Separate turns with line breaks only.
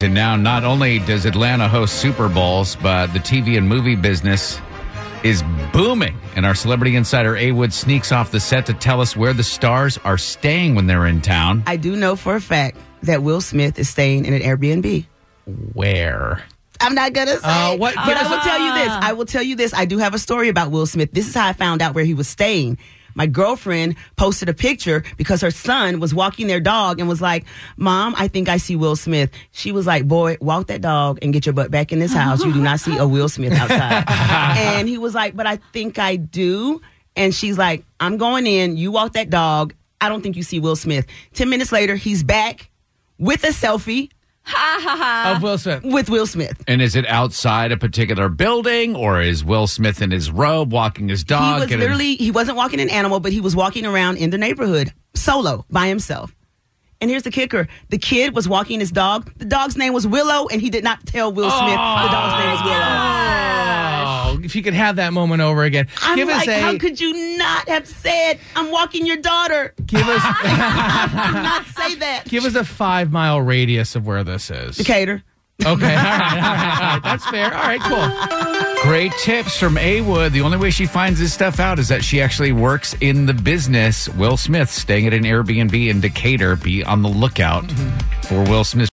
And now, not only does Atlanta host Super Bowls, but the TV and movie business is booming. And our celebrity insider, A Wood, sneaks off the set to tell us where the stars are staying when they're in town.
I do know for a fact that Will Smith is staying in an Airbnb.
Where?
I'm not gonna say.
Uh, what-
But
give
I
us
will
a-
tell you this. I will tell you this. I do have a story about Will Smith. This is how I found out where he was staying. My girlfriend posted a picture because her son was walking their dog and was like, "Mom, I think I see Will Smith." She was like, "Boy, walk that dog and get your butt back in this house. You do not see a Will Smith outside." and he was like, "But I think I do." And she's like, "I'm going in. You walk that dog. I don't think you see Will Smith." 10 minutes later, he's back with a selfie
of Will Smith.
with Will Smith.
And is it outside a particular building, or is Will Smith in his robe walking his dog?
he was
getting-
literally he wasn't walking an animal, but he was walking around in the neighborhood solo by himself. And here's the kicker: the kid was walking his dog. The dog's name was Willow, and he did not tell Will Smith the dog's
Oh
name was Willow.
Oh, if you could have that moment over again.
I'm
give us
like,
a
how could you not have said, "I'm walking your daughter"?
give us
Not say that,
give us a five mile radius of where this is. Okay.
Cater.
all, right, all right, all right. That's fair. All right, cool.
Great tips from A Wood. The only way she finds this stuff out is that she actually works in the business. Will Smith staying at an Airbnb in Decatur. Be on the lookout for Will Smith.